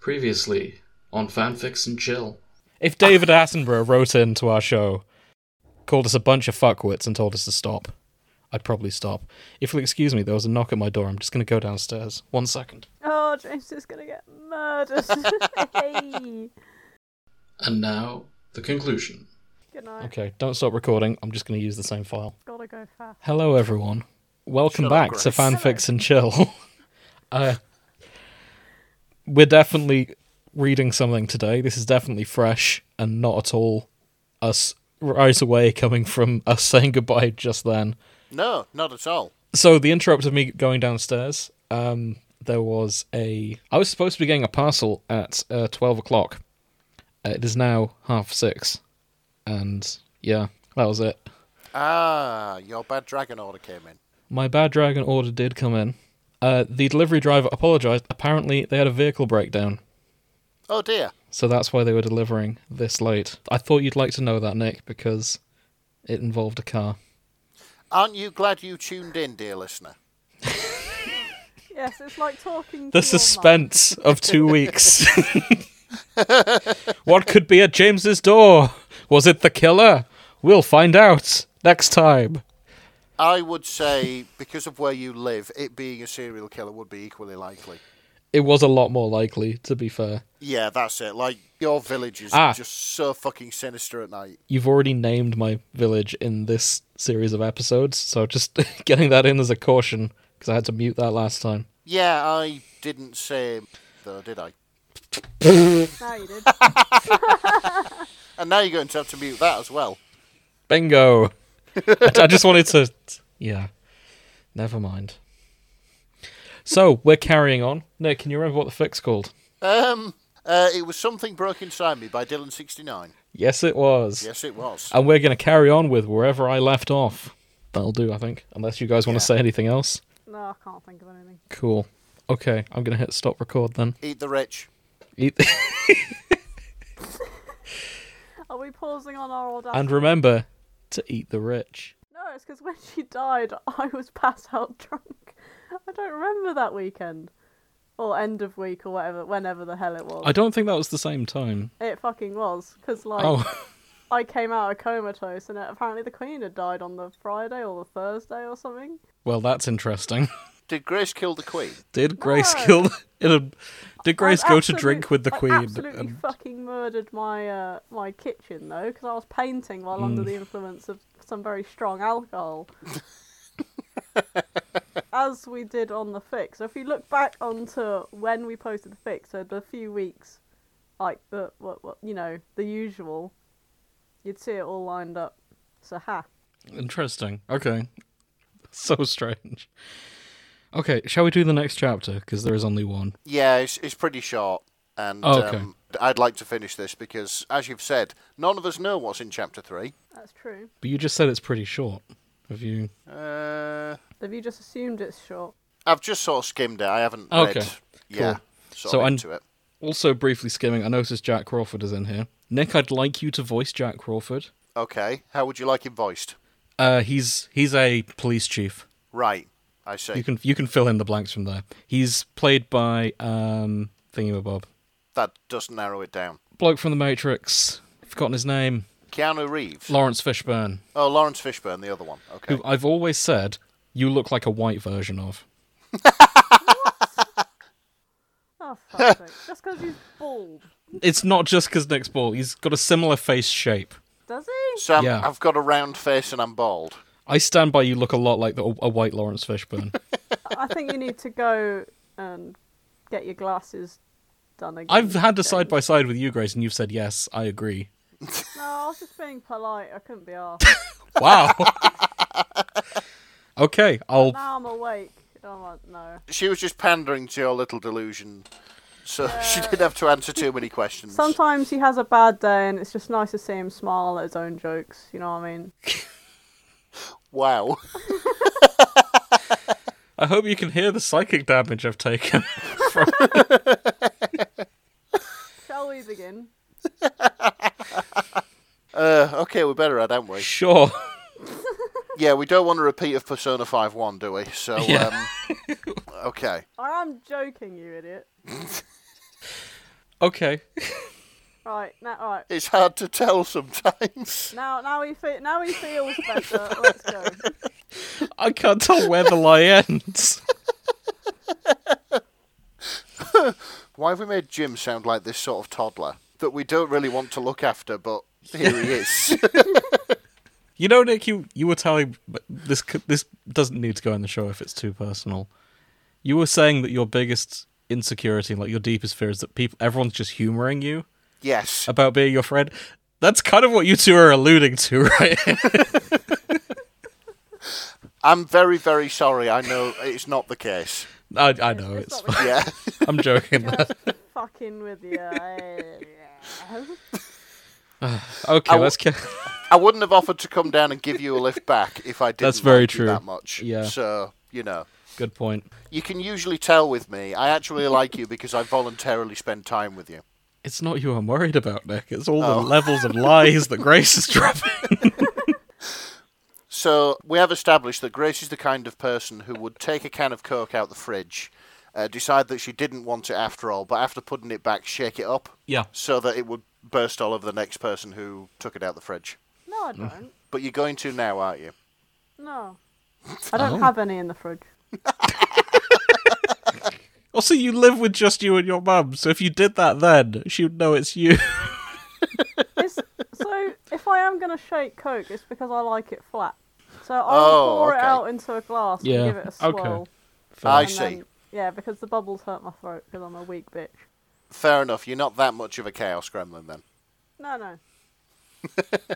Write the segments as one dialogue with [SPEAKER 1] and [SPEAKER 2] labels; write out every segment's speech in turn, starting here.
[SPEAKER 1] Previously on Fanfics and Chill.
[SPEAKER 2] If David Attenborough wrote into our show, called us a bunch of fuckwits, and told us to stop, I'd probably stop. If you'll excuse me, there was a knock at my door. I'm just going to go downstairs. One second.
[SPEAKER 3] Oh, James is gonna get murdered. hey.
[SPEAKER 1] And now, the conclusion.
[SPEAKER 3] Good night.
[SPEAKER 2] Okay, don't stop recording. I'm just going to use the same file.
[SPEAKER 3] Gotta go fast.
[SPEAKER 2] Hello, everyone. Welcome
[SPEAKER 4] Shut up,
[SPEAKER 2] back to
[SPEAKER 4] Grace.
[SPEAKER 2] Fanfics and Chill. uh, we're definitely reading something today. This is definitely fresh and not at all us right away coming from us saying goodbye just then.
[SPEAKER 4] No, not at all.
[SPEAKER 2] So the interrupt of me going downstairs, um, there was a. I was supposed to be getting a parcel at uh, twelve o'clock. Uh, it is now half six, and yeah, that was it.
[SPEAKER 4] Ah, your bad dragon order came in.
[SPEAKER 2] My bad dragon order did come in. Uh, the delivery driver apologized. Apparently, they had a vehicle breakdown,
[SPEAKER 4] Oh dear.
[SPEAKER 2] so that's why they were delivering this late. I thought you'd like to know that, Nick, because it involved a car.
[SPEAKER 4] Aren't you glad you tuned in, dear listener?
[SPEAKER 3] Yes, it's like talking.
[SPEAKER 2] The
[SPEAKER 3] to your
[SPEAKER 2] suspense of two weeks. what could be at James's door? Was it the killer? We'll find out next time.
[SPEAKER 4] I would say, because of where you live, it being a serial killer would be equally likely.
[SPEAKER 2] It was a lot more likely, to be fair.
[SPEAKER 4] Yeah, that's it. Like, your village is
[SPEAKER 2] Ah.
[SPEAKER 4] just so fucking sinister at night.
[SPEAKER 2] You've already named my village in this series of episodes, so just getting that in as a caution, because I had to mute that last time.
[SPEAKER 4] Yeah, I didn't say, though, did I?
[SPEAKER 3] mum. No, you did.
[SPEAKER 4] And now you're going to have to mute that as well.
[SPEAKER 2] Bingo! I, I just wanted to. Yeah. Never mind. So, we're carrying on. Nick, can you remember what the fix called?
[SPEAKER 4] Um, uh, it was Something Broke Inside Me by Dylan69.
[SPEAKER 2] Yes, it was.
[SPEAKER 4] Yes, it was.
[SPEAKER 2] And we're going to carry on with wherever I left off. That'll do, I think. Unless you guys want
[SPEAKER 4] Yeah.
[SPEAKER 2] to say anything else.
[SPEAKER 3] No, I can't think of anything.
[SPEAKER 2] Cool. Okay, I'm going to hit stop record then.
[SPEAKER 4] Eat the Rich.
[SPEAKER 2] Eat-
[SPEAKER 3] Are we pausing on our old?
[SPEAKER 2] and remember to eat the rich.
[SPEAKER 3] No, it's because when she died, I was passed out drunk. I don't remember that weekend, or end of week, or whatever, whenever the hell it was.
[SPEAKER 2] I don't think that was the same time.
[SPEAKER 3] It fucking was, because like
[SPEAKER 2] Oh,
[SPEAKER 3] I came out of comatose, and apparently the Queen had died on the Friday or the Thursday or something.
[SPEAKER 2] well, that's interesting.
[SPEAKER 4] Did Grace kill the Queen?
[SPEAKER 2] Did Grace
[SPEAKER 3] No.
[SPEAKER 2] kill. In a, did Grace
[SPEAKER 3] I've
[SPEAKER 2] go to
[SPEAKER 3] absolute-
[SPEAKER 2] drink with the
[SPEAKER 3] I
[SPEAKER 2] Queen? Um,
[SPEAKER 3] absolutely
[SPEAKER 2] and-
[SPEAKER 3] fucking murdered my uh, my kitchen though, because I was painting while under
[SPEAKER 2] Mm.
[SPEAKER 3] the influence of some very strong alcohol. As we did on the fix. So if you look back onto when we posted the fix, so the few weeks, like the what, what you know the usual, you'd see it all lined up. So ha.
[SPEAKER 2] Interesting. Okay. So strange. Okay, shall we do the next chapter? Because there is only one.
[SPEAKER 4] Yeah, it's, it's pretty short, and
[SPEAKER 2] Oh, okay.
[SPEAKER 4] um, I'd like to finish this because, as you've said, none of us know what's in chapter three.
[SPEAKER 3] That's true.
[SPEAKER 2] But you just said it's pretty short. Have you.
[SPEAKER 4] Uh,
[SPEAKER 3] Have you just assumed it's short?
[SPEAKER 4] I've just sort of skimmed it. I haven't
[SPEAKER 2] Okay,
[SPEAKER 4] read. Yeah,
[SPEAKER 2] cool.
[SPEAKER 4] sort
[SPEAKER 2] So
[SPEAKER 4] of
[SPEAKER 2] I'm-
[SPEAKER 4] into it.
[SPEAKER 2] Also, briefly skimming, I noticed Jack Crawford is in here. Nick, I'd like you to voice Jack Crawford.
[SPEAKER 4] Okay, how would you like him voiced?
[SPEAKER 2] Uh, he's he's a police chief.
[SPEAKER 4] Right, I see.
[SPEAKER 2] You can you can fill in the blanks from there. He's played by um Thingamabob,
[SPEAKER 4] That does narrow it down.
[SPEAKER 2] bloke from the Matrix. Forgotten his name.
[SPEAKER 4] Keanu Reeves.
[SPEAKER 2] Lawrence Fishburne,
[SPEAKER 4] oh, Lawrence Fishburne, the other one. Okay.
[SPEAKER 2] who I've always said you look like a white version of.
[SPEAKER 3] Oh fuck sake. Just because he's bald,
[SPEAKER 2] It's not just because Nick's bald. He's got a similar face shape.
[SPEAKER 3] does he?
[SPEAKER 4] Sam,
[SPEAKER 2] yeah.
[SPEAKER 4] I've got a round face and I'm bald.
[SPEAKER 2] I stand by. You look a lot like the, a white Lawrence Fishburne.
[SPEAKER 3] I think you need to go and get your glasses done again.
[SPEAKER 2] I've had a
[SPEAKER 3] James.
[SPEAKER 2] side by side with you, Grace, and you've said yes. I agree.
[SPEAKER 3] No, I was just being polite. I couldn't be asked.
[SPEAKER 2] Wow. okay, I'll
[SPEAKER 3] now I'm awake. I'm like, no.
[SPEAKER 4] She was just pandering to your little delusion, so she didn't have to answer too many questions.
[SPEAKER 3] Sometimes he has a bad day, and it's just nice to see him smile at his own jokes. You know what I mean?
[SPEAKER 4] Wow.
[SPEAKER 2] I hope you can hear the psychic damage I've taken.
[SPEAKER 3] Shall we begin?
[SPEAKER 4] Uh, okay, we better add, haven't we?
[SPEAKER 2] sure.
[SPEAKER 4] Yeah, we don't want to repeat of Persona 5 1, do we? So,
[SPEAKER 2] Yeah.
[SPEAKER 4] um, okay.
[SPEAKER 3] I am joking, you idiot.
[SPEAKER 2] Okay.
[SPEAKER 3] Right now, all right.
[SPEAKER 4] It's hard to tell sometimes.
[SPEAKER 3] Now, now he fe- now he feels better. Let's go.
[SPEAKER 2] I can't tell where the lie ends.
[SPEAKER 4] Why have we made Jim sound like this sort of toddler that we don't really want to look after, but here he is?
[SPEAKER 2] You know, Nick, you, you were telling but this c- this doesn't need to go on the show if it's too personal. You were saying that your biggest insecurity, like your deepest fear, is that people everyone's just humouring you
[SPEAKER 4] yes.
[SPEAKER 2] about being your friend. That's kind of what you two are alluding to, right?
[SPEAKER 4] I'm very, very sorry. I know it's not the case.
[SPEAKER 2] I, I know
[SPEAKER 3] It's
[SPEAKER 2] Oh, it's.
[SPEAKER 3] not the-
[SPEAKER 4] Yeah.
[SPEAKER 2] I'm joking.
[SPEAKER 3] fucking with you. Yeah.
[SPEAKER 2] Okay,
[SPEAKER 4] I w-
[SPEAKER 2] let's. Ca-
[SPEAKER 4] I wouldn't have offered to come down and give you a lift back if I didn't
[SPEAKER 2] That's very
[SPEAKER 4] like you
[SPEAKER 2] true.
[SPEAKER 4] that much.
[SPEAKER 2] Yeah.
[SPEAKER 4] So, you know.
[SPEAKER 2] Good point.
[SPEAKER 4] You can usually tell with me. I actually like you because I voluntarily spend time with you.
[SPEAKER 2] It's not you I'm worried about, Nick. It's all
[SPEAKER 4] Oh.
[SPEAKER 2] the levels of lies that Grace is dropping.
[SPEAKER 4] So we have established that Grace is the kind of person who would take a can of Coke out the fridge, uh, decide that she didn't want it after all, but after putting it back, shake it up
[SPEAKER 2] yeah.
[SPEAKER 4] so that it would burst all over the next person who took it out the fridge.
[SPEAKER 3] No, I
[SPEAKER 2] Mm.
[SPEAKER 3] don't.
[SPEAKER 4] But you're going to now, aren't you?
[SPEAKER 3] No. I
[SPEAKER 2] Oh.
[SPEAKER 3] don't have any in the fridge.
[SPEAKER 2] Also, you live with just you and your mum, so if you did that then, she would know it's you.
[SPEAKER 3] It's, so if I am gonna shake Coke, it's because I like it flat. So I'll
[SPEAKER 4] Oh,
[SPEAKER 3] pour it
[SPEAKER 4] okay.
[SPEAKER 3] out into a glass
[SPEAKER 2] Yeah,
[SPEAKER 3] and give it a
[SPEAKER 2] okay.
[SPEAKER 3] swirl.
[SPEAKER 4] I
[SPEAKER 3] and
[SPEAKER 4] see.
[SPEAKER 3] then- yeah, because the bubbles hurt my throat because I'm a weak bitch.
[SPEAKER 4] Fair enough. You're not that much of a chaos gremlin then.
[SPEAKER 3] No, no.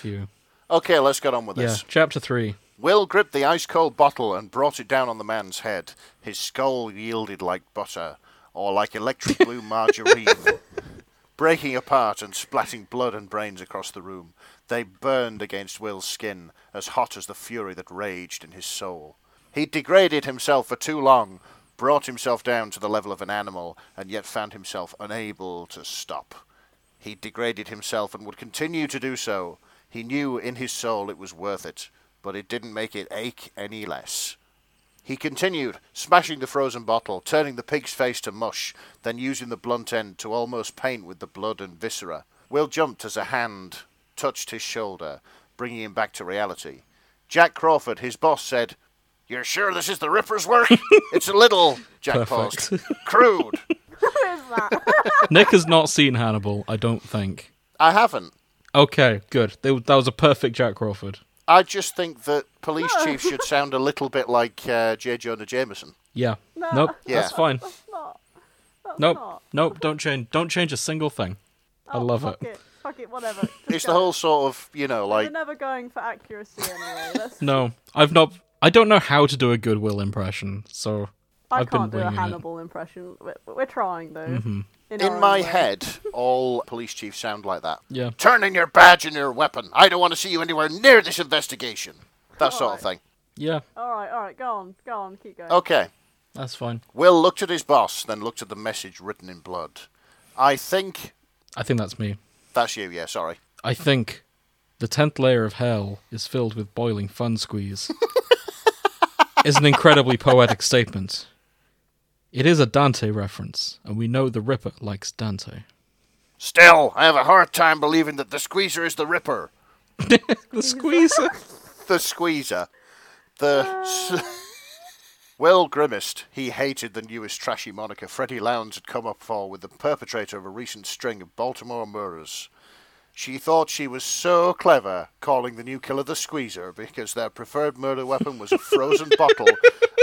[SPEAKER 2] Phew.
[SPEAKER 4] Okay, let's get on with
[SPEAKER 2] Yeah.
[SPEAKER 4] this.
[SPEAKER 2] Chapter three.
[SPEAKER 4] Will gripped the ice cold bottle and brought it down on the man's head. His skull yielded like butter, or like electric blue margarine, breaking apart and splatting blood and brains across the room. They burned against Will's skin, as hot as the fury that raged in his soul. He degraded himself for too long, brought himself down to the level of an animal, and yet found himself unable to stop. He degraded himself and would continue to do so. He knew in his soul it was worth it, but it didn't make it ache any less. He continued, smashing the frozen bottle, turning the pig's face to mush, then using the blunt end to almost paint with the blood and viscera. Will jumped as a hand touched his shoulder, bringing him back to reality. Jack Crawford, his boss, said, You're sure this is the Ripper's work? it's a little, Jack paused, crude.
[SPEAKER 3] Who is that?
[SPEAKER 2] Nick has not seen Hannibal, I don't think.
[SPEAKER 4] I haven't.
[SPEAKER 2] Okay, good. They- That was a perfect Jack Crawford.
[SPEAKER 4] I just think that police chiefs should sound a little bit like uh, J. Jonah Jameson.
[SPEAKER 2] Yeah.
[SPEAKER 3] No.
[SPEAKER 2] Nope.
[SPEAKER 4] Yeah.
[SPEAKER 2] That's fine.
[SPEAKER 3] Not. That's
[SPEAKER 2] Nope.
[SPEAKER 3] not.
[SPEAKER 2] Nope. Don't change. Don't change a single thing. I
[SPEAKER 3] Oh,
[SPEAKER 2] love
[SPEAKER 3] fuck
[SPEAKER 2] it.
[SPEAKER 3] Fuck it. Whatever. Just
[SPEAKER 4] It's
[SPEAKER 3] go.
[SPEAKER 4] the whole sort of, you know,
[SPEAKER 3] We're
[SPEAKER 4] like
[SPEAKER 3] never going for accuracy anyway. That's,
[SPEAKER 2] No, I've not. I don't know how to do a Goodwill impression, so
[SPEAKER 3] I
[SPEAKER 2] I've
[SPEAKER 3] can't do
[SPEAKER 2] been
[SPEAKER 3] a
[SPEAKER 2] winging it. Mm-hmm.
[SPEAKER 3] Hannibal impression. We're, we're trying though. our
[SPEAKER 4] in
[SPEAKER 3] own
[SPEAKER 4] my
[SPEAKER 3] way.
[SPEAKER 4] head, all police chiefs sound like that.
[SPEAKER 2] Yeah.
[SPEAKER 4] Turn in your badge and your weapon. I don't want to see you anywhere near this investigation. That sort of thing.
[SPEAKER 2] Yeah,
[SPEAKER 3] All right, all right. Go on, go on. Keep going.
[SPEAKER 4] Okay.
[SPEAKER 2] that's fine.
[SPEAKER 4] Will looked at his boss, then looked at the message written in blood. I think
[SPEAKER 2] I think that's me.
[SPEAKER 4] that's you. Yeah, sorry.
[SPEAKER 2] I think the tenth layer of hell is filled with boiling fun squeeze. is an incredibly poetic statement. It is a Dante reference, and we know the Ripper likes Dante.
[SPEAKER 4] Still, I have a hard time believing that the squeezer is the ripper.
[SPEAKER 2] The squeezer.
[SPEAKER 4] the squeezer. The. s- Will grimaced. He hated the newest trashy moniker Freddie Lowndes had come up for with the perpetrator of a recent string of Baltimore murders. She thought she was so clever calling the new killer the Squeezer because their preferred murder weapon was a frozen bottle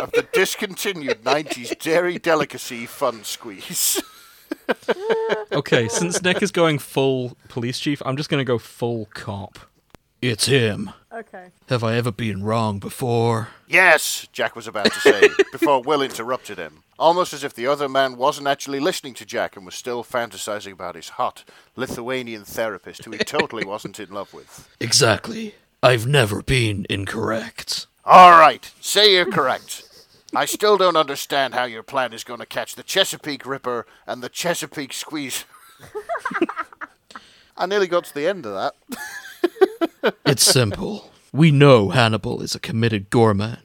[SPEAKER 4] of the discontinued 90s dairy delicacy Fun Squeeze.
[SPEAKER 2] Okay, since Nick is going full police chief, I'm just gonna go full cop. It's him.
[SPEAKER 3] Okay.
[SPEAKER 2] Have I ever been wrong before?
[SPEAKER 4] Yes, Jack was about to say before Will interrupted him, almost as if the other man wasn't actually listening to Jack and was still fantasizing about his hot Lithuanian therapist who he totally wasn't in love with.
[SPEAKER 2] Exactly. I've never been incorrect.
[SPEAKER 4] All right, say you're correct. I still don't understand how your plan is going to catch the Chesapeake Ripper and the Chesapeake Squeeze. I nearly got to the end of that.
[SPEAKER 2] It's simple. we know Hannibal is a committed gourmet.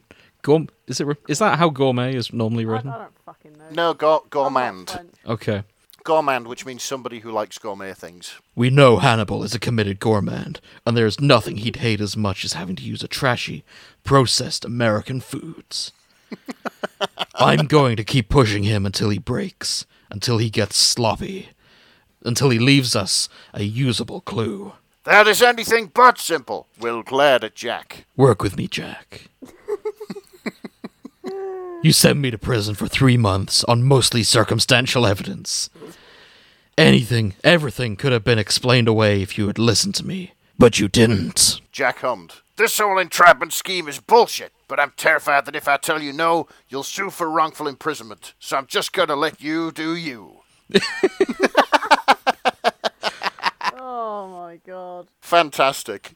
[SPEAKER 2] Gourm- is it? Re- is that how gourmet is normally
[SPEAKER 3] I, I
[SPEAKER 2] written?
[SPEAKER 3] don't fucking know.
[SPEAKER 4] No, go-
[SPEAKER 3] I'm not
[SPEAKER 4] gourmand.
[SPEAKER 3] French.
[SPEAKER 2] Okay.
[SPEAKER 4] gourmand, which means somebody who likes gourmet things.
[SPEAKER 2] We know Hannibal is a committed gourmand, and there is nothing he'd hate as much as having to use a trashy, processed American foods. I'm going to keep pushing him until he breaks, until he gets sloppy, until he leaves us a usable clue.
[SPEAKER 4] That is anything but simple. Will glared at Jack.
[SPEAKER 2] Work with me, Jack. you sent me to prison for three months on mostly circumstantial evidence. Anything, everything could have been explained away if you had listened to me, but you didn't.
[SPEAKER 4] Jack hummed. This whole entrapment scheme is bullshit, but I'm terrified that if I tell you no, you'll sue for wrongful imprisonment, so I'm just gonna let you do you.
[SPEAKER 3] Oh my god.
[SPEAKER 4] Fantastic.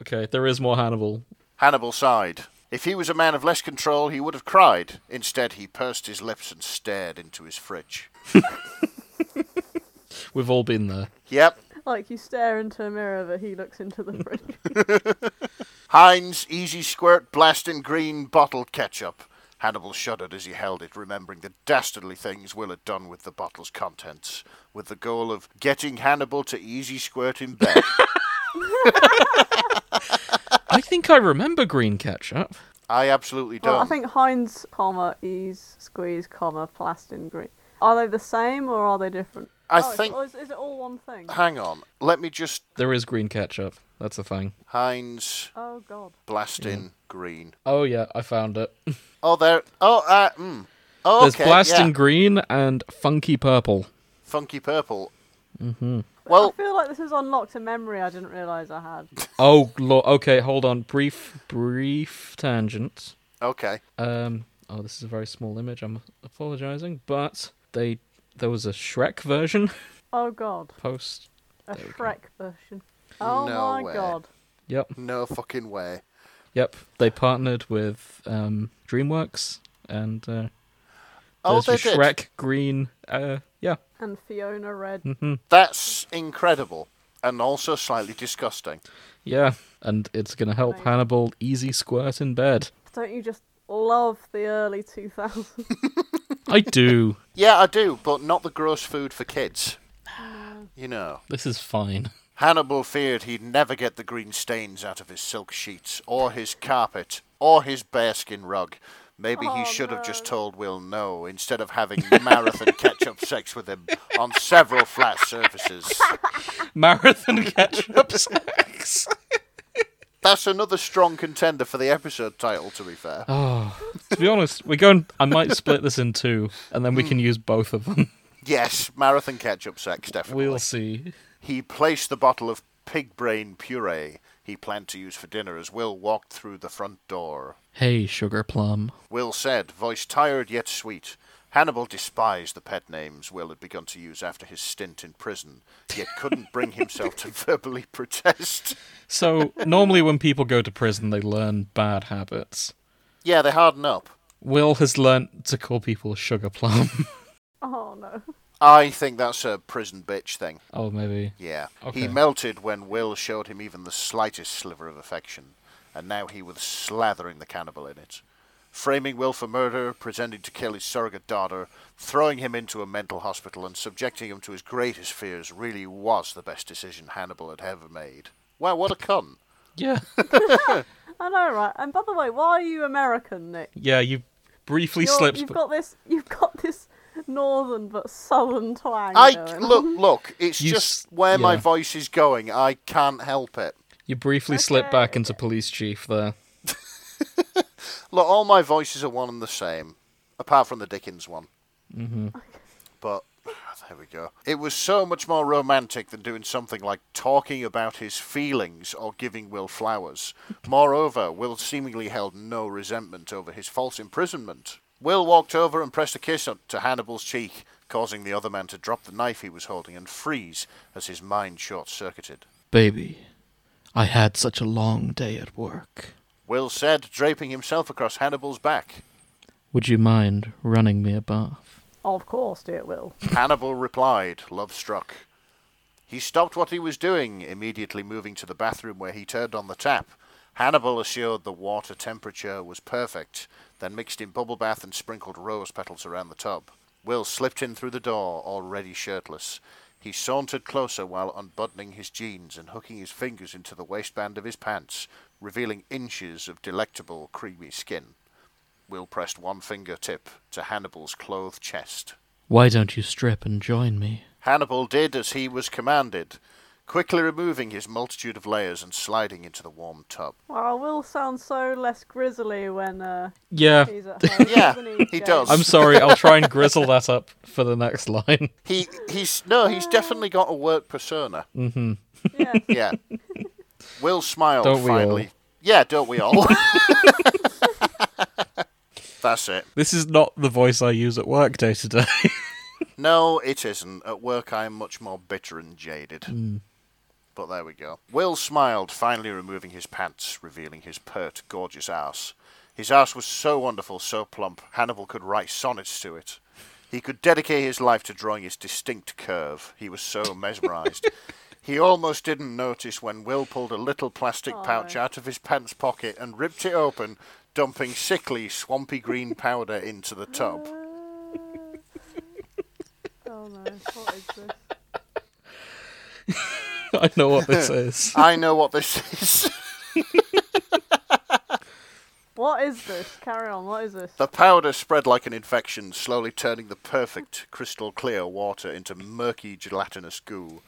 [SPEAKER 5] Okay, there is more Hannibal.
[SPEAKER 4] Hannibal sighed. If he was a man of less control, he would have cried. Instead, he pursed his lips and stared into his fridge.
[SPEAKER 5] We've all been there.
[SPEAKER 4] Yep.
[SPEAKER 3] Like you stare into a mirror, but he looks into the fridge.
[SPEAKER 4] Heinz Easy Squirt Blasting Green Bottle Ketchup. Hannibal shuddered as he held it, remembering the dastardly things Will had done with the bottle's contents, with the goal of getting Hannibal to easy squirt in bed.
[SPEAKER 5] I think I remember green ketchup.
[SPEAKER 4] I absolutely don't.
[SPEAKER 3] well, I think Heinz, comma, ease, squeeze, comma, plastin green. Are they the same or are they different?
[SPEAKER 4] I
[SPEAKER 3] oh, it's-
[SPEAKER 4] think-
[SPEAKER 3] or Is, is it all one thing?
[SPEAKER 4] Hang on. Let me just.
[SPEAKER 5] There is green ketchup. That's a thing.
[SPEAKER 4] Heinz
[SPEAKER 3] Oh god.
[SPEAKER 4] Blasting Green.
[SPEAKER 5] Oh yeah, I found it.
[SPEAKER 4] Oh, there. Oh, uh, mm. Oh,
[SPEAKER 5] There's
[SPEAKER 4] okay.
[SPEAKER 5] blasting
[SPEAKER 4] yeah.
[SPEAKER 5] green and funky purple.
[SPEAKER 4] Funky Purple. Mm-hmm.
[SPEAKER 3] I
[SPEAKER 4] Well,
[SPEAKER 3] feel like this has unlocked a memory I didn't realise I had.
[SPEAKER 5] Oh, lo- okay, hold on. Brief, brief tangent.
[SPEAKER 4] okay.
[SPEAKER 5] Um, oh, this is a very small image. I'm apologising, but they there was a Shrek version
[SPEAKER 3] Oh god.
[SPEAKER 5] post.
[SPEAKER 3] A
[SPEAKER 5] we go.
[SPEAKER 3] Shrek version. Oh
[SPEAKER 4] No
[SPEAKER 3] my
[SPEAKER 4] way.
[SPEAKER 3] god.
[SPEAKER 5] Yep,
[SPEAKER 4] No fucking way.
[SPEAKER 5] yep. They partnered with um, DreamWorks and uh,
[SPEAKER 4] Oh,
[SPEAKER 5] there's
[SPEAKER 4] they
[SPEAKER 5] your
[SPEAKER 4] did.
[SPEAKER 5] Shrek Green. Uh, yeah,
[SPEAKER 3] And Fiona Red.
[SPEAKER 4] That's incredible and also slightly disgusting.
[SPEAKER 5] yeah. And it's gonna help
[SPEAKER 3] Right.
[SPEAKER 5] Hannibal easy squirt in bed.
[SPEAKER 3] Don't you just love the early 2000s?
[SPEAKER 5] I do.
[SPEAKER 4] Yeah, I do, but not the gross food for kids. You know,
[SPEAKER 5] this is fine.
[SPEAKER 4] Hannibal feared he'd never get the green stains out of his silk sheets, or his carpet, or his bearskin rug. Maybe he
[SPEAKER 3] Oh,
[SPEAKER 4] should have just
[SPEAKER 3] no.
[SPEAKER 4] told Will no instead of having marathon catch up sex with him on several flat surfaces.
[SPEAKER 5] Marathon ketchup sex.
[SPEAKER 4] That's another strong contender for the episode title, to be fair.
[SPEAKER 5] Oh, to be honest, we're going. I might split this in two, and then we
[SPEAKER 3] Hmm.
[SPEAKER 5] can use both of them.
[SPEAKER 4] Yes, marathon catch up sex, definitely.
[SPEAKER 5] We'll see.
[SPEAKER 4] He placed the bottle of pig brain puree he planned to use for dinner as Will walked through the front door.
[SPEAKER 5] Hey, sugar plum.
[SPEAKER 4] Will said, voice tired yet sweet. Hannibal despised the pet names Will had begun to use after his stint in prison, yet couldn't bring himself to verbally protest.
[SPEAKER 5] So normally, when people go to prison, they learn bad habits.
[SPEAKER 4] Yeah, they harden up.
[SPEAKER 5] Will has learnt to call people sugar plum.
[SPEAKER 3] oh no.
[SPEAKER 4] I think that's a prison bitch thing.
[SPEAKER 5] oh, maybe.
[SPEAKER 4] Yeah. He
[SPEAKER 5] Okay.
[SPEAKER 4] melted when Will showed him even the slightest sliver of affection, and now he was slathering the cannibal in it. Framing Will for murder, pretending to kill his surrogate daughter, throwing him into a mental hospital, and subjecting him to his greatest fears really was the best decision Hannibal had ever made. Wow, what a cunt.
[SPEAKER 5] Yeah,
[SPEAKER 3] I know, right? And by the way, why are you American, Nick?
[SPEAKER 5] yeah. You briefly
[SPEAKER 3] You're-
[SPEAKER 5] slipped.
[SPEAKER 3] You've
[SPEAKER 5] but
[SPEAKER 3] got this. You've got this northern but southern twang.
[SPEAKER 4] I
[SPEAKER 3] going.
[SPEAKER 4] look, look, it's
[SPEAKER 5] You
[SPEAKER 4] just
[SPEAKER 5] s-
[SPEAKER 4] where my
[SPEAKER 5] yeah.
[SPEAKER 4] voice is going. I can't help it.
[SPEAKER 5] you briefly slipped back into police chief there.
[SPEAKER 4] Look, all my voices are one and the same, apart from the Dickens one. Mm-hmm. But there we go. It was so much more romantic than doing something like talking about his feelings or giving Will flowers. Moreover, Will seemingly held no resentment over his false imprisonment. Will walked over and pressed a kiss on- to Hannibal's cheek, causing the other man to drop the knife he was holding and freeze as his mind short circuited.
[SPEAKER 2] Baby, I had such a long day at work.
[SPEAKER 4] Will said, draping himself across Hannibal's back.
[SPEAKER 2] Would you mind running me a bath?
[SPEAKER 3] Of course, dear Will.
[SPEAKER 4] Hannibal replied, love struck. He stopped what he was doing, immediately moving to the bathroom where he turned on the tap. Hannibal assured the water temperature was perfect, then mixed in bubble bath and sprinkled rose petals around the tub. Will slipped in through the door, already shirtless. He sauntered closer while unbuttoning his jeans and hooking his fingers into the waistband of his pants, revealing inches of delectable, creamy skin. Will pressed one fingertip to Hannibal's clothed chest.
[SPEAKER 2] Why don't you strip and join me?
[SPEAKER 4] Hannibal did as he was commanded, quickly removing his multitude of layers and sliding into the warm tub.
[SPEAKER 3] Wow, Will sounds so less grizzly when uh,
[SPEAKER 5] Yeah.
[SPEAKER 3] he's at home.
[SPEAKER 4] Yeah,
[SPEAKER 3] doesn't
[SPEAKER 4] he
[SPEAKER 3] Jake?
[SPEAKER 4] does.
[SPEAKER 5] I'm sorry, I'll try and grizzle that up for the next line.
[SPEAKER 4] He he's no, he's definitely got a work persona.
[SPEAKER 3] Yeah.
[SPEAKER 4] Yeah. Will smiled
[SPEAKER 5] Don't we
[SPEAKER 4] finally.
[SPEAKER 5] all?
[SPEAKER 4] Yeah, don't we all? That's it.
[SPEAKER 5] This is not the voice I use at work day to day.
[SPEAKER 4] No, it isn't. At work, I am much more bitter and jaded. But there we go. Will smiled, finally removing his pants, revealing his pert, gorgeous ass. His ass was so wonderful, so plump, Hannibal could write sonnets to it. He could dedicate his life to drawing its distinct curve. He was so mesmerized. he almost didn't notice when Will pulled a little plastic pouch out of his pants pocket and ripped it open, dumping sickly, swampy green powder into the tub.
[SPEAKER 3] Oh no, what is this?
[SPEAKER 5] I know what this
[SPEAKER 4] I know what
[SPEAKER 5] is.
[SPEAKER 4] this is.
[SPEAKER 3] What is this? Carry on, what is this?
[SPEAKER 4] The powder spread like an infection, slowly turning the perfect, crystal clear water into murky, gelatinous goo.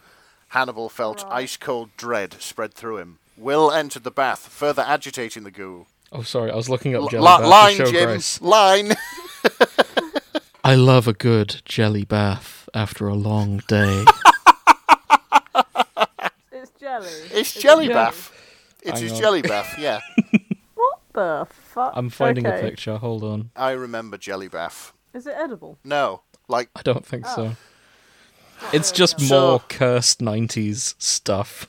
[SPEAKER 4] Hannibal felt ice cold dread spread through him. Will entered the bath, further agitating the goo.
[SPEAKER 5] Oh, sorry, I was looking
[SPEAKER 4] L-
[SPEAKER 5] up Jelly
[SPEAKER 4] li-
[SPEAKER 5] Bat
[SPEAKER 4] line,
[SPEAKER 5] to show
[SPEAKER 4] Jim!
[SPEAKER 5] Grace.
[SPEAKER 4] Line!
[SPEAKER 2] I love a good jelly bath after a long day.
[SPEAKER 3] It's jelly.
[SPEAKER 4] It's
[SPEAKER 3] Is it
[SPEAKER 4] jelly bath. It's
[SPEAKER 5] Hang
[SPEAKER 4] his
[SPEAKER 5] on.
[SPEAKER 4] jelly bath, yeah.
[SPEAKER 3] What the fuck?
[SPEAKER 5] I'm finding
[SPEAKER 3] okay.
[SPEAKER 5] a picture. Hold on.
[SPEAKER 4] I remember jelly bath.
[SPEAKER 3] Is it edible?
[SPEAKER 4] No, like,
[SPEAKER 5] I don't think so.
[SPEAKER 3] Not
[SPEAKER 5] It's
[SPEAKER 3] really,
[SPEAKER 5] just
[SPEAKER 3] no.
[SPEAKER 4] Oh. So-
[SPEAKER 5] more cursed 90s stuff.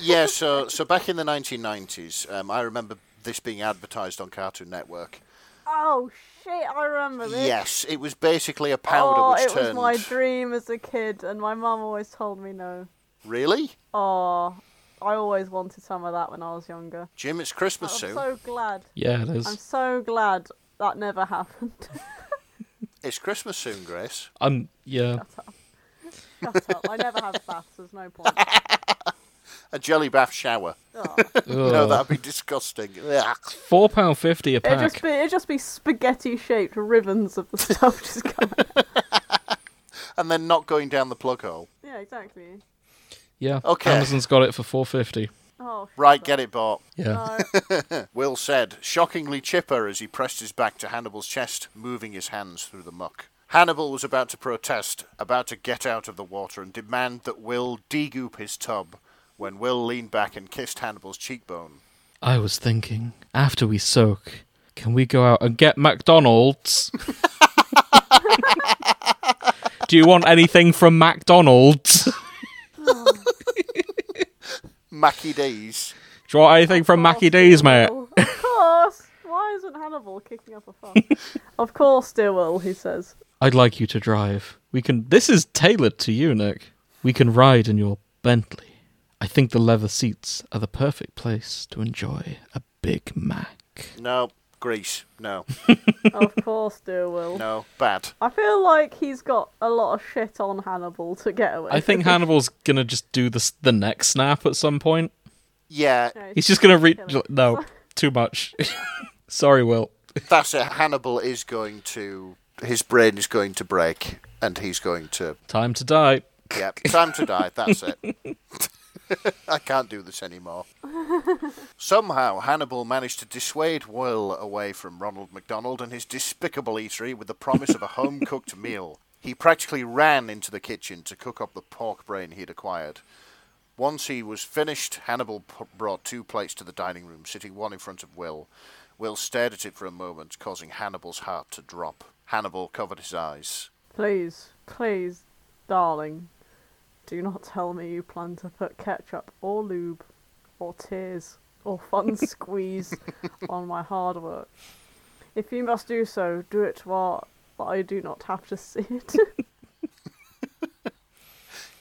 [SPEAKER 4] yeah, so, so back in the 1990s, um, I remember this being advertised on Cartoon Network.
[SPEAKER 3] Oh shit, I remember this.
[SPEAKER 4] Yes, it was basically a powder
[SPEAKER 3] oh,
[SPEAKER 4] which
[SPEAKER 3] it was
[SPEAKER 4] turned.
[SPEAKER 3] my dream as a kid, and my mum always told me no.
[SPEAKER 4] Really?
[SPEAKER 3] Oh, I always wanted some of that when I was younger.
[SPEAKER 4] Jim, it's Christmas
[SPEAKER 3] Oh, I'm
[SPEAKER 4] soon.
[SPEAKER 3] so glad.
[SPEAKER 5] Yeah, it
[SPEAKER 3] I'm
[SPEAKER 5] is.
[SPEAKER 3] so glad that never happened.
[SPEAKER 4] It's Christmas soon, Grace.
[SPEAKER 5] I'm, yeah.
[SPEAKER 3] Shut up. I never have baths. There's no point.
[SPEAKER 4] A jelly bath shower.
[SPEAKER 3] Oh.
[SPEAKER 4] No,
[SPEAKER 5] Ugh.
[SPEAKER 4] that'd be disgusting. Ugh.
[SPEAKER 5] £4.50 a
[SPEAKER 3] It'd
[SPEAKER 5] pack.
[SPEAKER 3] just be it'd just be spaghetti shaped ribbons of the stuff just coming.
[SPEAKER 4] And then not going down the plug hole.
[SPEAKER 3] yeah, exactly.
[SPEAKER 5] Yeah.
[SPEAKER 4] Okay.
[SPEAKER 5] Amazon's got it for 450
[SPEAKER 3] Oh, shut
[SPEAKER 4] Right,
[SPEAKER 3] up.
[SPEAKER 4] get it, Bart.
[SPEAKER 5] Yeah.
[SPEAKER 3] No.
[SPEAKER 4] Will said, shockingly chipper as he pressed his back to Hannibal's chest, moving his hands through the muck. Hannibal was about to protest, about to get out of the water and demand that Will degoop his tub, when Will leaned back and kissed Hannibal's cheekbone.
[SPEAKER 2] I was thinking, after we soak, can we go out and get McDonald's?
[SPEAKER 5] Do you want anything from McDonald's? Do
[SPEAKER 4] Mackie D's.
[SPEAKER 5] you want anything from Mackie D's, mate?
[SPEAKER 3] Oh, Of course. Why isn't Hannibal kicking up a fuss? of course, dear Will, he says.
[SPEAKER 2] I'd like you to drive.
[SPEAKER 5] We can. This is tailored to you, Nick.
[SPEAKER 2] We can ride in your Bentley. I think the leather seats are the perfect place to enjoy a Big Mac.
[SPEAKER 4] No. Grease. No.
[SPEAKER 3] Of course, dear Will.
[SPEAKER 4] No. Bad.
[SPEAKER 3] I feel like he's got a lot of shit on Hannibal to get away.
[SPEAKER 5] I think
[SPEAKER 3] with.
[SPEAKER 5] Hannibal's gonna just do this the neck snap at some point.
[SPEAKER 4] Yeah,
[SPEAKER 3] No,
[SPEAKER 5] He's just gonna reach.
[SPEAKER 3] Kill
[SPEAKER 5] No, too much. Sorry, Will.
[SPEAKER 4] that's it. Hannibal is going to. His brain is going to break, and he's going to.
[SPEAKER 5] Time to die.
[SPEAKER 4] Yep, time to die. That's it. I can't do this anymore. Somehow, Hannibal managed to dissuade Will away from Ronald McDonald and his despicable eatery with the promise of a home cooked meal. He practically ran into the kitchen to cook up the pork brain he'd acquired. Once he was finished, Hannibal p- brought two plates to the dining room, sitting one in front of Will. Will stared at it for a moment, causing Hannibal's heart to drop. Hannibal covered his eyes.
[SPEAKER 3] Please, please, darling, do not tell me you plan to put ketchup or lube or tears or fun squeeze on my hard work. If you must do so, do it while I do not have to see it.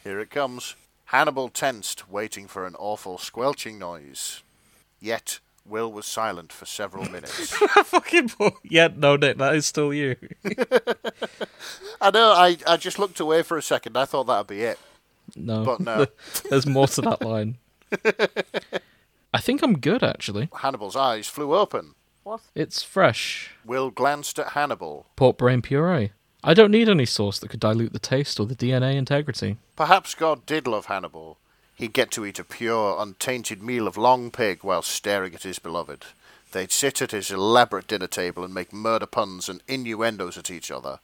[SPEAKER 4] Here it comes. Hannibal tensed, waiting for an awful squelching noise. Yet, Will was silent for several minutes.
[SPEAKER 5] Fucking boy. Yeah, no, Nick, that is still you.
[SPEAKER 4] I know. I, I just looked away for a second. I thought that'd be it.
[SPEAKER 5] No.
[SPEAKER 4] But no.
[SPEAKER 5] There's more to that line. I think I'm good, actually.
[SPEAKER 4] Hannibal's eyes flew open.
[SPEAKER 3] What?
[SPEAKER 5] It's fresh.
[SPEAKER 4] Will glanced at Hannibal.
[SPEAKER 5] Port brain puree. I don't need any sauce that could dilute the taste or the DNA integrity.
[SPEAKER 4] Perhaps God did love Hannibal. He'd get to eat a pure, untainted meal of long pig while staring at his beloved. They'd sit at his elaborate dinner table and make murder puns and innuendos at each other.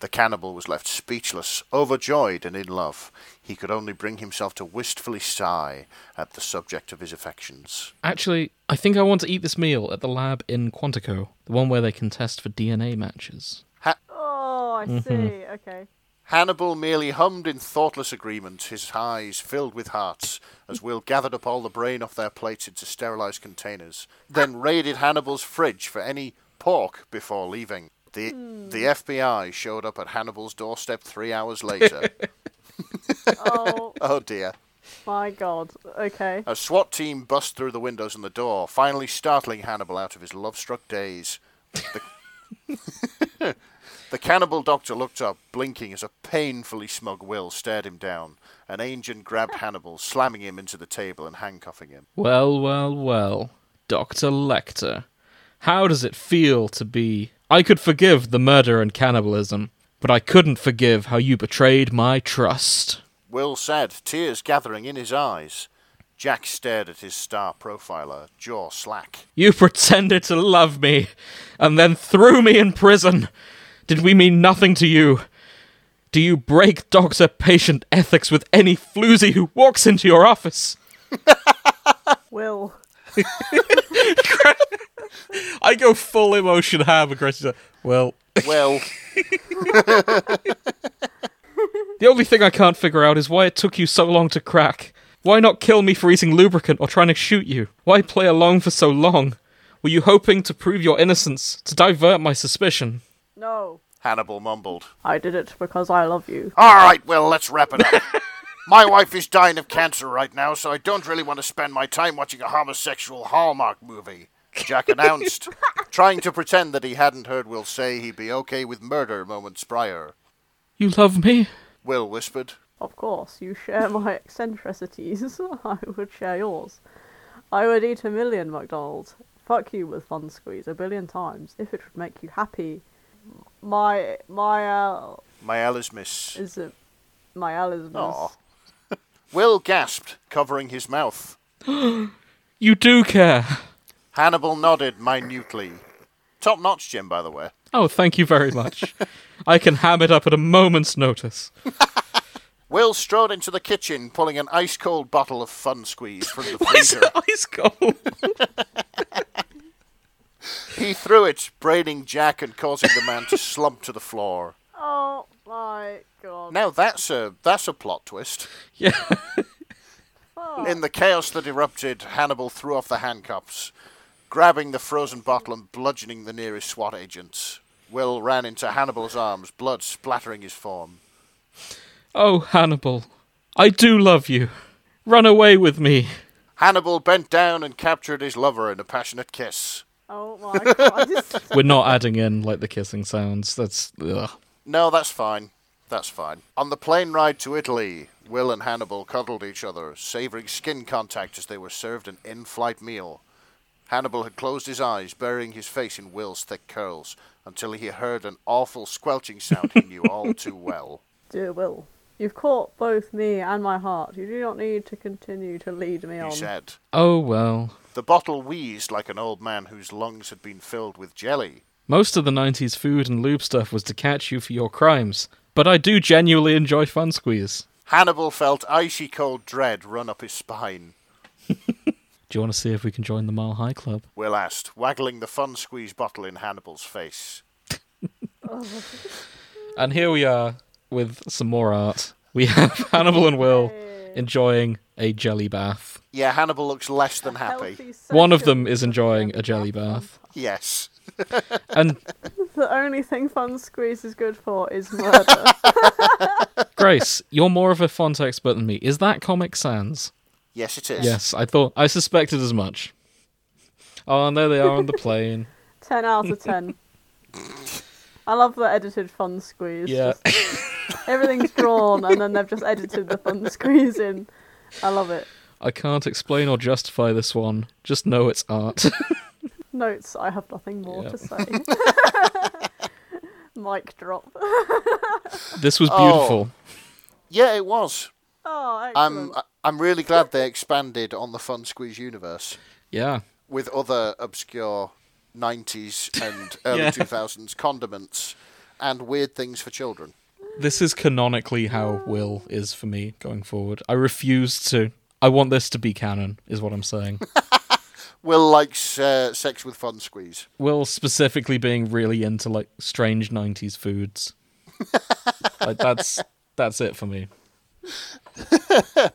[SPEAKER 4] The cannibal was left speechless, overjoyed and in love. He could only bring himself to wistfully sigh at the subject of his affections.
[SPEAKER 5] Actually, I think I want to eat this meal at the lab in Quantico, the one where they can test for DNA matches.
[SPEAKER 3] Oh, I see. Okay.
[SPEAKER 4] Hannibal merely hummed in thoughtless agreement, his eyes filled with hearts, as Will gathered up all the brain off their plates into sterilised containers, then raided Hannibal's fridge for any pork before leaving. The, the FBI showed up at Hannibal's doorstep three hours later.
[SPEAKER 3] Oh
[SPEAKER 4] oh dear.
[SPEAKER 3] my god. Okay.
[SPEAKER 4] A SWAT team bust through the windows and the door, finally startling Hannibal out of his love struck daze. The, the cannibal doctor looked up, blinking as a painfully smug Will stared him down. An agent grabbed Hannibal, slamming him into the table and handcuffing him.
[SPEAKER 5] Well, well, well. Dr. Lecter, how does it feel to be. I could forgive the murder and cannibalism, but I couldn't forgive how you betrayed my trust.
[SPEAKER 4] Will said, tears gathering in his eyes. Jack stared at his star profiler, jaw slack.
[SPEAKER 5] You pretended to love me and then threw me in prison. Did we mean nothing to you? Do you break doctor patient ethics with any floozy who walks into your office?
[SPEAKER 3] Will.
[SPEAKER 5] I go full emotion ham aggressive. Well,
[SPEAKER 4] Well,
[SPEAKER 5] the only thing I can't figure out is why it took you so long to crack. Why not kill me for eating lubricant or trying to shoot you? Why play along for so long? Were you hoping to prove your innocence, to divert my suspicion?
[SPEAKER 3] No.
[SPEAKER 4] Hannibal mumbled.
[SPEAKER 3] I did it because I love you.
[SPEAKER 4] All right, Will, let's wrap it up. my wife is dying of cancer right now, so I don't really want to spend my time watching a homosexual Hallmark movie. Jack announced, trying to pretend that he hadn't heard Will say he'd be okay with murder moments prior.
[SPEAKER 5] You love me?
[SPEAKER 4] Will whispered,
[SPEAKER 3] Of course, you share my eccentricities. I would share yours. I would eat a million McDonald's. Fuck you with fun squeeze a billion times if it would make you happy. My my uh,
[SPEAKER 4] My L is miss.
[SPEAKER 3] is it my Alismus.
[SPEAKER 4] Aw. Will gasped, covering his mouth.
[SPEAKER 5] You do care.
[SPEAKER 4] Hannibal nodded minutely. Top notch, Jim, by the way.
[SPEAKER 5] Oh, thank you very much. I can ham it up at a moment's notice.
[SPEAKER 4] Will strode into the kitchen, pulling an ice cold bottle of fun squeeze from the
[SPEAKER 5] Why is
[SPEAKER 4] freezer.
[SPEAKER 5] it ice cold?
[SPEAKER 4] He threw it, braining Jack and causing the man to slump to the floor.
[SPEAKER 3] Oh my god.
[SPEAKER 4] Now that's a that's a plot twist.
[SPEAKER 5] yeah.
[SPEAKER 4] In the chaos that erupted, Hannibal threw off the handcuffs, grabbing the frozen bottle and bludgeoning the nearest SWAT agents. Will ran into Hannibal's arms, blood splattering his form.
[SPEAKER 5] Oh, Hannibal, I do love you. Run away with me.
[SPEAKER 4] Hannibal bent down and captured his lover in a passionate kiss.
[SPEAKER 3] Oh my god.
[SPEAKER 5] We're not adding in like the kissing sounds. That's ugh.
[SPEAKER 4] No, that's fine. That's fine. On the plane ride to Italy, Will and Hannibal cuddled each other, savoring skin contact as they were served an in flight meal. Hannibal had closed his eyes, burying his face in Will's thick curls, until he heard an awful squelching sound he knew all too well.
[SPEAKER 3] Dear Will, you've caught both me and my heart. You do not need to continue to lead me on.
[SPEAKER 4] He said.
[SPEAKER 5] Oh well.
[SPEAKER 4] The bottle wheezed like an old man whose lungs had been filled with jelly.
[SPEAKER 5] Most of the '90s food and lube stuff was to catch you for your crimes, but I do genuinely enjoy Fun Squeeze.
[SPEAKER 4] Hannibal felt icy cold dread run up his spine.
[SPEAKER 5] Do you want to see if we can join the Mile High Club?
[SPEAKER 4] Will asked, waggling the fun squeeze bottle in Hannibal's face.
[SPEAKER 5] And here we are with some more art. We have Hannibal and Will enjoying a jelly bath.
[SPEAKER 4] Yeah, Hannibal looks less than happy.
[SPEAKER 3] Healthy
[SPEAKER 5] One of
[SPEAKER 3] sexual-
[SPEAKER 5] them is enjoying a jelly bath.
[SPEAKER 4] Yes.
[SPEAKER 5] And
[SPEAKER 3] The only thing Fun Squeeze is good for is murder.
[SPEAKER 5] Grace, you're more of a font expert than me. Is that Comic Sans?
[SPEAKER 4] Yes, it is.
[SPEAKER 5] Yes, I thought I suspected as much. Oh, and there they are on the plane.
[SPEAKER 3] 10 out of 10. I love the edited fun squeeze.
[SPEAKER 5] Yeah.
[SPEAKER 3] Just- everything's drawn and then they've just edited the fun squeeze in. I love it.
[SPEAKER 5] I can't explain or justify this one. Just know it's art.
[SPEAKER 3] Notes, I have nothing more
[SPEAKER 5] Yeah.
[SPEAKER 3] to say. Mic drop.
[SPEAKER 5] this was
[SPEAKER 4] Oh.
[SPEAKER 5] beautiful.
[SPEAKER 4] Yeah, it was.
[SPEAKER 3] Oh, excellent.
[SPEAKER 4] I'm I'm really glad they expanded on the Fun Squeeze universe
[SPEAKER 5] Yeah.
[SPEAKER 4] with other obscure 90s and early
[SPEAKER 5] Yeah.
[SPEAKER 4] 2000s condiments and weird things for children.
[SPEAKER 5] This is canonically how Will is for me going forward. I refuse to. I want this to be canon, is what I'm saying.
[SPEAKER 4] Will likes uh, sex with Fun Squeeze.
[SPEAKER 5] Will specifically being really into like strange '90s foods. like that's that's it for me.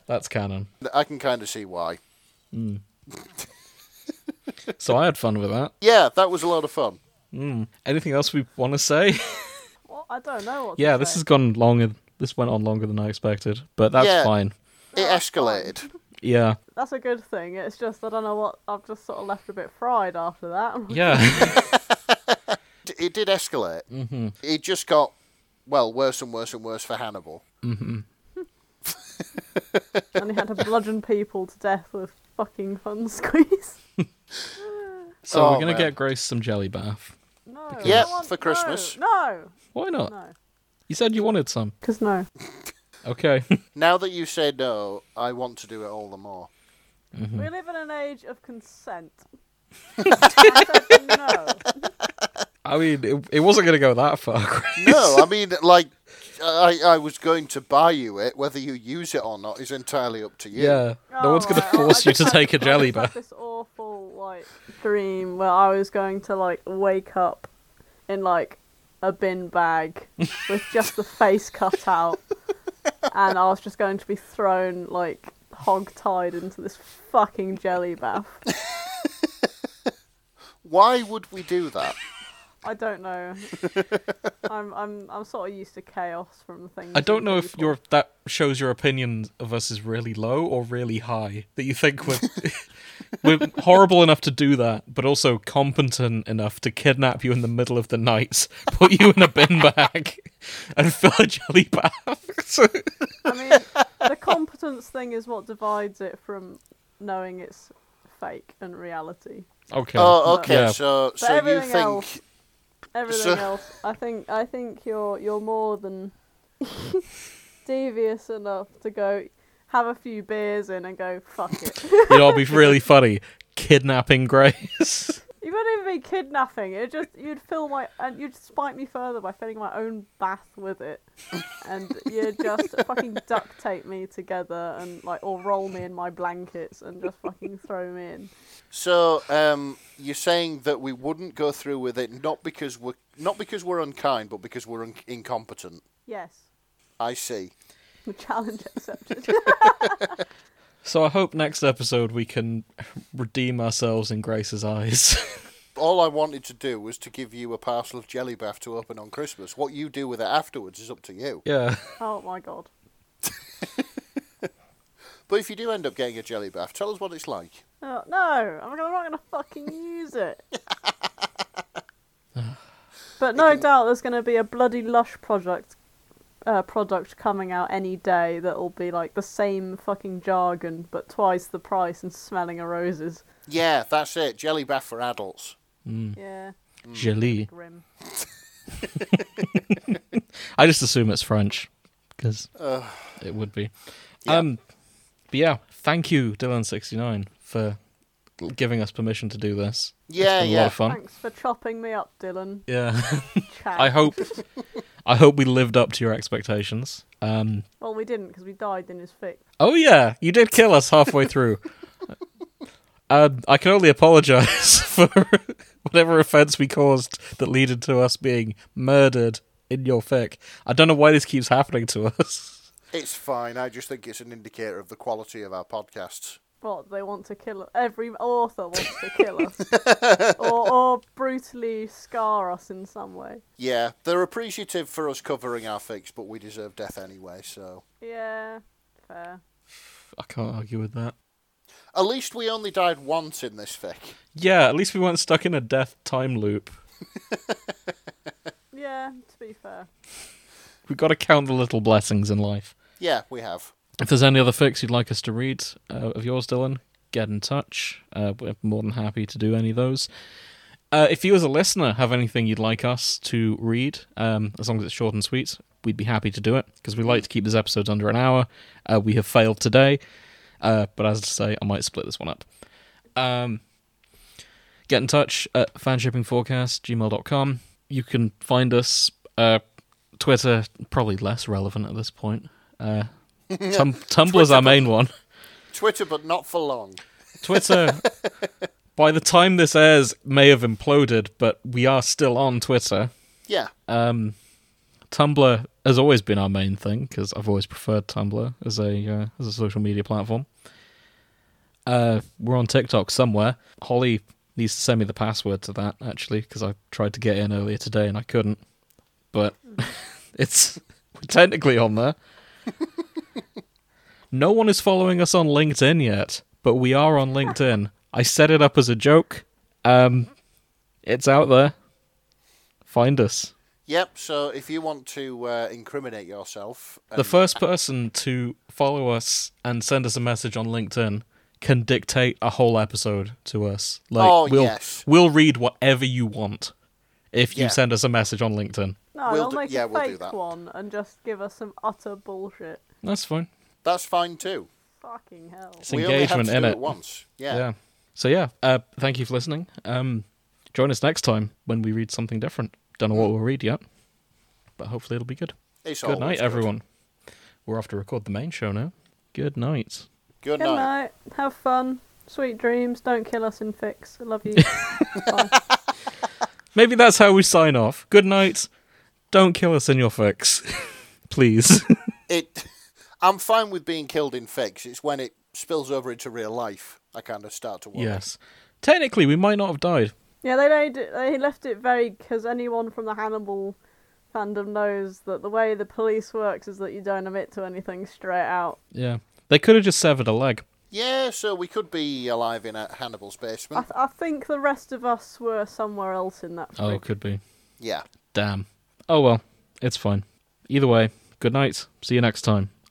[SPEAKER 5] That's canon.
[SPEAKER 4] I can kind of see why.
[SPEAKER 5] So I had fun with that.
[SPEAKER 4] Yeah, that was a lot of fun.
[SPEAKER 5] Anything else we want to say?
[SPEAKER 3] Well, I don't know what. to
[SPEAKER 5] yeah, this
[SPEAKER 3] say.
[SPEAKER 5] has gone longer. This went on longer than I expected, but that's
[SPEAKER 4] Yeah.
[SPEAKER 5] fine.
[SPEAKER 4] It escalated.
[SPEAKER 5] Yeah,
[SPEAKER 3] That's a good thing. It's just I don't know what I've just sort of left a bit fried after that.
[SPEAKER 5] yeah,
[SPEAKER 4] D- It did escalate. Mm-hmm. It just got, well, worse and worse and worse for Hannibal.
[SPEAKER 3] and he had to bludgeon people to death with fucking fun squeeze.
[SPEAKER 5] so
[SPEAKER 4] Oh,
[SPEAKER 5] we're gonna
[SPEAKER 4] man.
[SPEAKER 5] get Grace some jelly bath.
[SPEAKER 3] No, I
[SPEAKER 4] Yeah,
[SPEAKER 3] don't want-
[SPEAKER 4] for Christmas.
[SPEAKER 3] No,
[SPEAKER 5] Why not?
[SPEAKER 3] no,
[SPEAKER 5] You said you wanted some.
[SPEAKER 3] because no.
[SPEAKER 5] Okay.
[SPEAKER 4] Now that you say no, I want to do it all the more.
[SPEAKER 5] Hmm.
[SPEAKER 3] We live in an age of consent. I said no.
[SPEAKER 5] I mean, it, it wasn't gonna go that far. Grace.
[SPEAKER 4] No, I mean, like, I, I was going to buy you it. Whether you use it or not is entirely up to you.
[SPEAKER 5] Yeah, no
[SPEAKER 3] Oh,
[SPEAKER 5] one's gonna
[SPEAKER 3] right. I- I
[SPEAKER 5] force you
[SPEAKER 3] just
[SPEAKER 5] to
[SPEAKER 3] had-
[SPEAKER 5] take a jelly
[SPEAKER 3] I just had
[SPEAKER 5] bath.
[SPEAKER 3] This awful like dream where I was going to like wake up in like a bin bag with just the face cut out, and I was just going to be thrown like hog-tied into this fucking jelly bath.
[SPEAKER 4] Why would we do that?
[SPEAKER 3] I don't know. I'm I'm I'm sort of used to chaos from things.
[SPEAKER 5] I don't
[SPEAKER 3] and
[SPEAKER 5] know if
[SPEAKER 3] people.
[SPEAKER 5] your that shows your opinion of us is really low or really high. That you think we're we're horrible enough to do that, but also competent enough to kidnap you in the middle of the night, put you in a bin bag, and fill a jelly bath.
[SPEAKER 3] I mean, the competence thing is what divides it from knowing it's fake and reality.
[SPEAKER 5] okay.
[SPEAKER 4] Oh, okay.
[SPEAKER 5] Yeah.
[SPEAKER 4] So, so you
[SPEAKER 3] everything
[SPEAKER 4] think
[SPEAKER 3] else- Everything
[SPEAKER 4] So-
[SPEAKER 3] else, I think I think you're you're more than devious enough to go have a few beers in and go fuck it.
[SPEAKER 5] It'd all be really funny. Kidnapping Grace.
[SPEAKER 3] you wouldn't even be kidnapping. It just you'd fill my and you'd spite me further by filling my own bath with it, and you'd just fucking duct tape me together and like or roll me in my blankets and just fucking throw me in.
[SPEAKER 4] so um, you're saying that we wouldn't go through with it not because we're not because we're unkind, but because we're un- incompetent.
[SPEAKER 3] Yes,
[SPEAKER 4] I see.
[SPEAKER 3] the challenge accepted.
[SPEAKER 5] So I hope next episode we can redeem ourselves in Grace's eyes.
[SPEAKER 4] All I wanted to do was to give you a parcel of jelly bath to open on Christmas. What you do with it afterwards is up to you.
[SPEAKER 5] yeah.
[SPEAKER 3] oh my god.
[SPEAKER 4] But if you do end up getting a jelly bath, tell us what it's like.
[SPEAKER 3] Oh, no, I'm not going to fucking use it. but no doubt there's going to be a bloody lush project uh, product coming out any day that'll be like the same fucking jargon but twice the price and smelling of roses.
[SPEAKER 4] Yeah, that's it. Jelly bath for adults.
[SPEAKER 5] Hmm.
[SPEAKER 3] Yeah,
[SPEAKER 5] Jolie.
[SPEAKER 3] grim.
[SPEAKER 5] I just assume it's French because it would be. Um, but yeah, thank you, Dylan69, for giving us permission to do this.
[SPEAKER 4] Yeah,
[SPEAKER 5] it's been a lot
[SPEAKER 4] Uh, yeah.
[SPEAKER 5] of fun.
[SPEAKER 3] Thanks for chopping me up, Dylan.
[SPEAKER 5] Yeah,
[SPEAKER 3] Chat.
[SPEAKER 5] I hope, I hope we lived up to your expectations. Um,
[SPEAKER 3] Well, we didn't because we died in his fix.
[SPEAKER 5] oh yeah, you did kill us halfway through. um, I can only apologise for whatever offence we caused that leaded to us being murdered in your fic. I don't know why this keeps happening to us.
[SPEAKER 4] It's fine. I just think it's an indicator of the quality of our podcasts.
[SPEAKER 3] What they want to kill us. Every author wants to kill us, or, or brutally scar us in some way.
[SPEAKER 4] Yeah, they're appreciative for us covering our fakes, but we deserve death anyway, so.
[SPEAKER 3] Yeah, fair.
[SPEAKER 5] I can't argue with that.
[SPEAKER 4] At least we only died once in this fic.
[SPEAKER 5] Yeah, at least we weren't stuck in a death time loop.
[SPEAKER 3] Yeah, to be fair.
[SPEAKER 5] We've got to count the little blessings in life.
[SPEAKER 4] Yeah, we have.
[SPEAKER 5] If there's any other fix you'd like us to read uh, of yours, Dylan, get in touch. Uh, we're more than happy to do any of those. Uh, if you, as a listener, have anything you'd like us to read, um, as long as it's short and sweet, we'd be happy to do it because we like to keep these episodes under an hour. Uh, we have failed today, uh, but as I say, I might split this one up. Um, get in touch at fanshippingforecast.gmail.com. You can find us uh, Twitter, probably less relevant at this point. Uh, Tum- Tumblr's our main one.
[SPEAKER 4] Twitter, but not for long.
[SPEAKER 5] Twitter. by the time this airs, may have imploded, but we are still on Twitter.
[SPEAKER 4] Yeah.
[SPEAKER 5] Tumblr has always been our main thing because I've always preferred Tumblr as a uh, as a social media platform. Uh, we're on TikTok somewhere. Holly needs to send me the password to that actually because I tried to get in earlier today and I couldn't. But it's we're technically on there. no one is following us on LinkedIn yet, but we are on LinkedIn. I set it up as a joke. Um, it's out there. Find us.
[SPEAKER 4] Yep. So if you want to uh, incriminate yourself, um,
[SPEAKER 5] The first person to follow us and send us a message on LinkedIn can dictate a whole episode to us. Like
[SPEAKER 4] Oh,
[SPEAKER 5] we'll
[SPEAKER 4] yes.
[SPEAKER 5] we'll read whatever you want if you
[SPEAKER 4] Yeah.
[SPEAKER 5] send us a message on LinkedIn.
[SPEAKER 3] No,
[SPEAKER 4] We'll
[SPEAKER 3] they'll
[SPEAKER 4] do-
[SPEAKER 3] make
[SPEAKER 4] yeah,
[SPEAKER 3] a
[SPEAKER 4] we'll do
[SPEAKER 3] fake
[SPEAKER 4] that.
[SPEAKER 3] one and just give us some utter bullshit.
[SPEAKER 5] That's fine.
[SPEAKER 4] that's fine too.
[SPEAKER 3] Fucking hell.
[SPEAKER 5] It's
[SPEAKER 4] We only
[SPEAKER 5] engagement
[SPEAKER 4] have to
[SPEAKER 5] in
[SPEAKER 4] do
[SPEAKER 5] it.
[SPEAKER 4] it. once. Yeah.
[SPEAKER 5] Yeah. So yeah, uh, thank you for listening. Um, join us next time when we read something different. Don't know what we'll read yet, but hopefully it'll be good.
[SPEAKER 4] Hmm. It's
[SPEAKER 5] good
[SPEAKER 4] always
[SPEAKER 5] night, everyone. We're off to record the main show now. Good night.
[SPEAKER 4] Good
[SPEAKER 3] Good
[SPEAKER 4] night.
[SPEAKER 3] night. Have fun. Sweet dreams. Don't kill us in fix. I love you. Bye.
[SPEAKER 5] Maybe that's how we sign off. Good night. Don't kill us in your fix. Please.
[SPEAKER 4] It. I'm fine with being killed in fakes. It's when it spills over into real life. I kind of start to worry.
[SPEAKER 5] yes. Technically, we might not have died.
[SPEAKER 3] Yeah, they made it, they left it very because anyone from the Hannibal fandom knows that the way the police works is that you don't admit to anything straight out.
[SPEAKER 5] Yeah. They could have just severed a leg.
[SPEAKER 4] Yeah. So we could be alive in uh, Hannibal's
[SPEAKER 3] I,
[SPEAKER 4] basement.
[SPEAKER 3] th- I think the rest of us were somewhere else in that.
[SPEAKER 5] Oh,
[SPEAKER 3] fridge.
[SPEAKER 5] could be.
[SPEAKER 4] Yeah.
[SPEAKER 5] Damn. Oh well. It's fine. Either way, good night. See you next time.